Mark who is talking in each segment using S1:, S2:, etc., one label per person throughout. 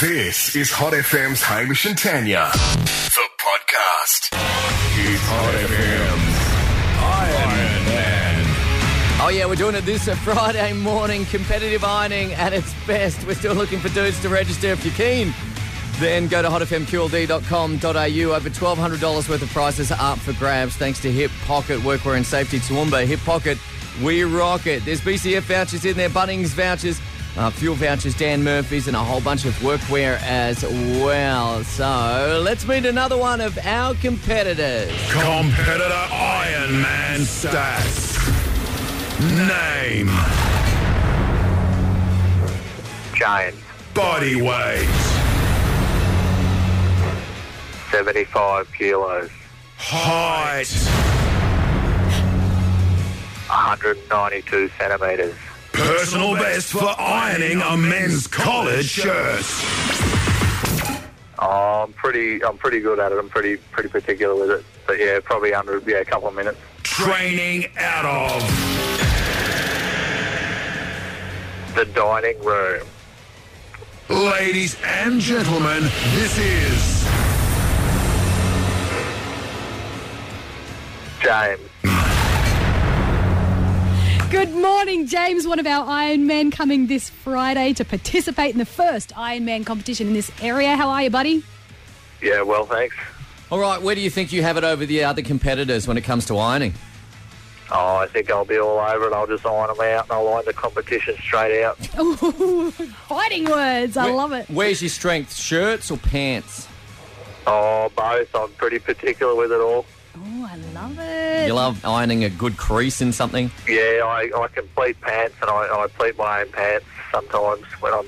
S1: This is Hot FM's Hamish and Tanya, the podcast. It's Hot FM. Iron Man.
S2: Oh yeah, we're doing it this uh, Friday morning. Competitive ironing at its best. We're still looking for dudes to register if you're keen. Then go to hotfmqld.com.au. Over twelve hundred dollars worth of prizes are up for grabs. Thanks to Hip Pocket Workwear and Safety Toowoomba. Hip Pocket, we rock it. There's BCF vouchers in there, Bunnings vouchers, uh, fuel vouchers, Dan Murphy's, and a whole bunch of workwear as well. So let's meet another one of our competitors.
S1: Competitor Iron Man stats. Name.
S3: Giant,
S1: Body weight.
S3: 75 kilos,
S1: Height.
S3: 192 centimetres,
S1: Personal best for ironing a men's collared shirt.
S3: Oh, I'm pretty, I'm pretty good at it. I'm pretty, pretty particular with it. But yeah, probably under, yeah, a couple of minutes.
S1: Training out of.
S3: The dining room,
S1: Ladies and gentlemen, this is
S3: James,
S4: Good morning, James, one of our Iron Men coming this Friday to participate in the first Iron Man competition in this area. How are you, buddy?
S3: yeah, well, thanks.
S2: All right, where do you think you have it over the other competitors when it comes to ironing?
S3: Oh, I think I'll be all over it. I'll just iron them out and I'll line the competition straight out.
S4: Ooh, fighting words. I
S2: Where-
S4: love it.
S2: Where's your strength? Shirts or pants?
S3: Oh, both. I'm pretty particular with it all.
S4: Oh, I love it.
S2: You love ironing a good crease in something.
S3: Yeah, I, I can pleat pants and I, I pleat my own pants sometimes when I'm,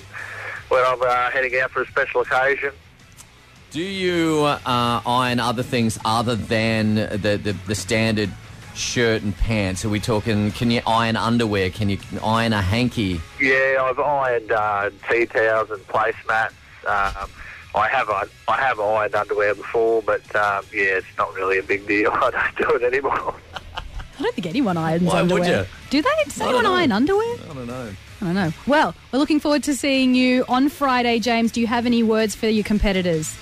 S3: when I'm uh, heading out for a special occasion.
S2: Do you uh, iron other things other than the, the, the standard shirt and pants? Are we talking, can you iron underwear? Can you iron a hanky?
S3: Yeah, I've ironed uh, tea towels and placemats. Um, I have I, I have ironed underwear before, but um, yeah, it's not really a big deal. I don't do it anymore.
S4: I don't think anyone irons
S2: Why would
S4: underwear.
S2: you?
S4: Do they? Does
S2: I
S4: anyone
S2: don't know.
S4: iron underwear?
S2: I don't know.
S4: I don't know. Well, we're looking forward to seeing you on Friday, James. Do you have any words for your competitors?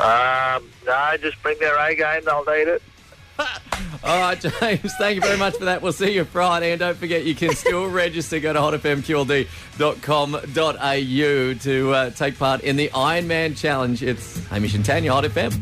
S3: Um, no, just bring their A game. They'll need it.
S2: All right, James, thank you very much for that. We'll see you Friday. And don't forget, you can still register. Go to hotfmqld.com.au to uh, take part in the Ironman Challenge. It's Hamish and Tanya, Hot FM.